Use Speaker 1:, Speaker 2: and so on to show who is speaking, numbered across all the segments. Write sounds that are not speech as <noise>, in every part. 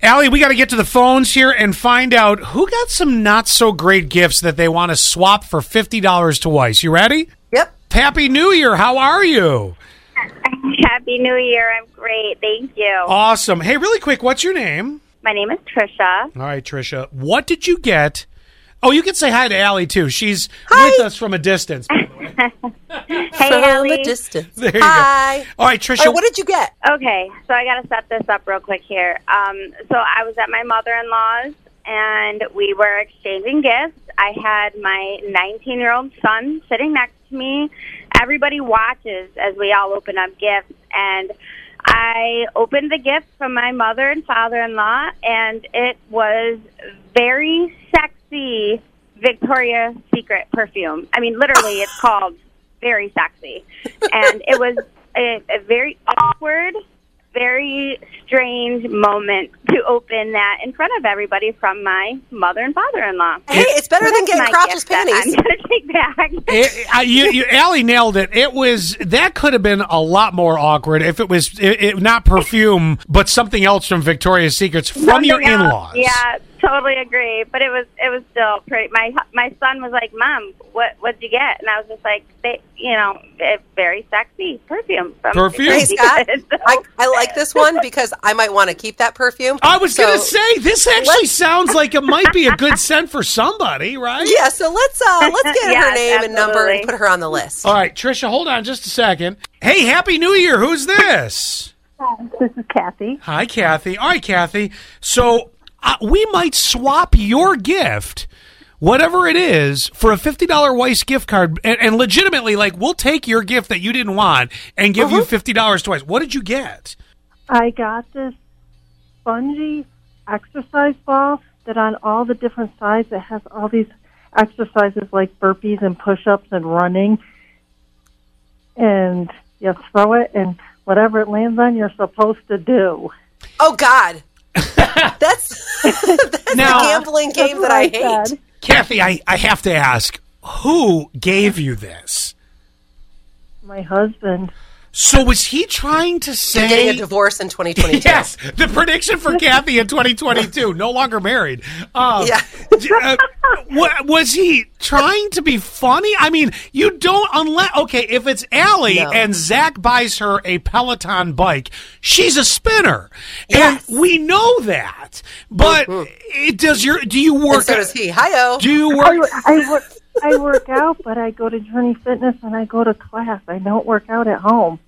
Speaker 1: Allie, we got to get to the phones here and find out who got some not so great gifts that they want to swap for $50 twice. You ready?
Speaker 2: Yep.
Speaker 1: Happy New Year. How are you?
Speaker 3: Happy New Year. I'm great. Thank you.
Speaker 1: Awesome. Hey, really quick, what's your name?
Speaker 3: My name is Trisha.
Speaker 1: All right, Trisha. What did you get? Oh, you can say hi to Allie, too. She's
Speaker 2: Hi.
Speaker 1: with us from a distance.
Speaker 3: Hey,
Speaker 2: From a
Speaker 3: Allie.
Speaker 2: distance.
Speaker 1: There you go.
Speaker 2: Hi.
Speaker 1: All right, Trisha.
Speaker 2: All right, what did you get?
Speaker 3: Okay, so I got to set this up real quick here. Um, so I was at my mother-in-law's and we were exchanging gifts. I had my 19-year-old son sitting next to me. Everybody watches as we all open up gifts and I opened the gift from my mother and father-in-law and it was very sexy Victoria's Secret perfume. I mean, literally it's called very sexy. And it was a, a very awkward, very strange moment to open that in front of everybody from my mother and father in law.
Speaker 2: Hey, it's better than getting crotchless
Speaker 3: I'm
Speaker 2: panties.
Speaker 3: going to take back.
Speaker 1: It, I, eh, you, you, Allie nailed it. It was that could have been a lot more awkward if it was it, it, not perfume, but something else from Victoria's Secrets from your
Speaker 3: Something else.
Speaker 1: in-laws.
Speaker 3: Yeah, totally agree. But it was it was still pretty. My hu- my son was like, "Mom, what what'd you get?" And I was just like, "They, you know, it's very sexy perfume." From
Speaker 1: Perfume?
Speaker 2: Hey, Scott,
Speaker 3: <laughs> So-
Speaker 2: I, I like this one because I might want to keep that perfume.
Speaker 1: I was
Speaker 2: So-
Speaker 1: gonna say this actually
Speaker 2: Let's-
Speaker 1: sounds like it might be a good scent for somebody, right?
Speaker 2: Yeah, so let's uh, let's get her
Speaker 3: Yes,
Speaker 2: name and number and
Speaker 3: absolutely.
Speaker 2: put her on the list.
Speaker 1: All right, Trisha, hold on just a second. Hey, Happy New Year! Who's this?
Speaker 4: This is Kathy.
Speaker 1: Hi, Kathy. All right, Kathy. So uh, we might swap your gift, whatever it is, for a fifty dollar Weiss gift card, and, and legitimately, like we'll take your gift that you didn't want and give
Speaker 2: Uh-huh.
Speaker 1: you fifty dollars twice. What did you get?
Speaker 4: I got this spongy exercise ball that on all the different sides it has all these exercises like burpees and push-ups and running. And you throw it and whatever it lands on you're supposed to do.
Speaker 1: <laughs>
Speaker 2: Oh God, that's that's
Speaker 1: Now-
Speaker 2: a gambling game
Speaker 4: That's
Speaker 2: that I
Speaker 4: what I
Speaker 2: hate.
Speaker 4: said.
Speaker 1: Kathy, I, I have to ask, who gave you this?
Speaker 4: My husband.
Speaker 1: So was he trying to say
Speaker 2: I'm getting a divorce in 2022.
Speaker 1: Yes, the prediction for Kathy in 2022, no longer married. Um,
Speaker 2: Yeah.
Speaker 1: d- uh, wa- was he trying to be funny? I mean, you don't unless okay. If it's Allie
Speaker 2: No.
Speaker 1: and Zach buys her a Peloton bike, she's a spinner,
Speaker 2: Yes. Mm-hmm.
Speaker 1: and we know that. But it, does your do you work?
Speaker 2: And so does he. Hi-oh.
Speaker 1: do you work?
Speaker 4: I, wo- I work I work out but I go to Journey Fitness and I go to class. I don't work out at home.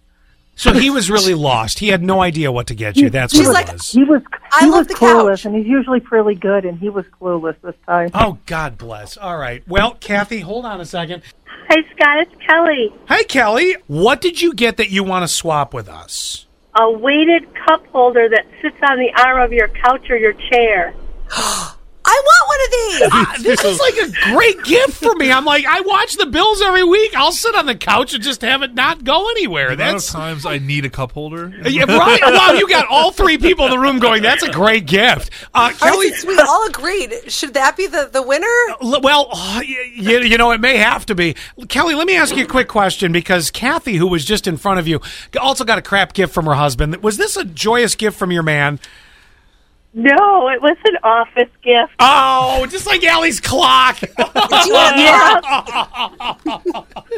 Speaker 1: So he was really lost. He had no idea what to get you. That's
Speaker 2: She's
Speaker 1: what it
Speaker 2: like,
Speaker 1: was.
Speaker 4: He was
Speaker 2: I
Speaker 4: he
Speaker 2: love
Speaker 4: was
Speaker 2: the
Speaker 4: clueless
Speaker 2: couch.
Speaker 4: and he's usually pretty good and he was clueless this time.
Speaker 1: Oh God bless. All right. Well, Kathy, hold on a second.
Speaker 3: Hi, Scott. It's Kelly.
Speaker 1: Hey, Kelly, what did you get that you want to swap with us?
Speaker 5: a weighted cup holder that sits on the arm of your couch or your chair.
Speaker 2: I want one of these.
Speaker 1: Ah, this is like a great gift for me. I'm like, I watch the Bills every week. I'll sit on the couch and just have it not go anywhere.
Speaker 6: The amount of
Speaker 1: That's
Speaker 6: times I need a cup holder.
Speaker 1: <laughs> yeah, right. Wow, you got all three people in the room going. That's a great gift, uh,
Speaker 2: All right,
Speaker 1: Kelly.
Speaker 2: since we all agreed, should that be the the winner?
Speaker 1: l- Well, oh, y- you, you know, it may have to be. Kelly, let me ask you a quick question because Kathy, who was just in front of you, also got a crap gift from her husband. Was this a joyous gift from your man?
Speaker 5: No, it was an office gift.
Speaker 1: Oh, just like Allie's clock.
Speaker 2: Do you want to?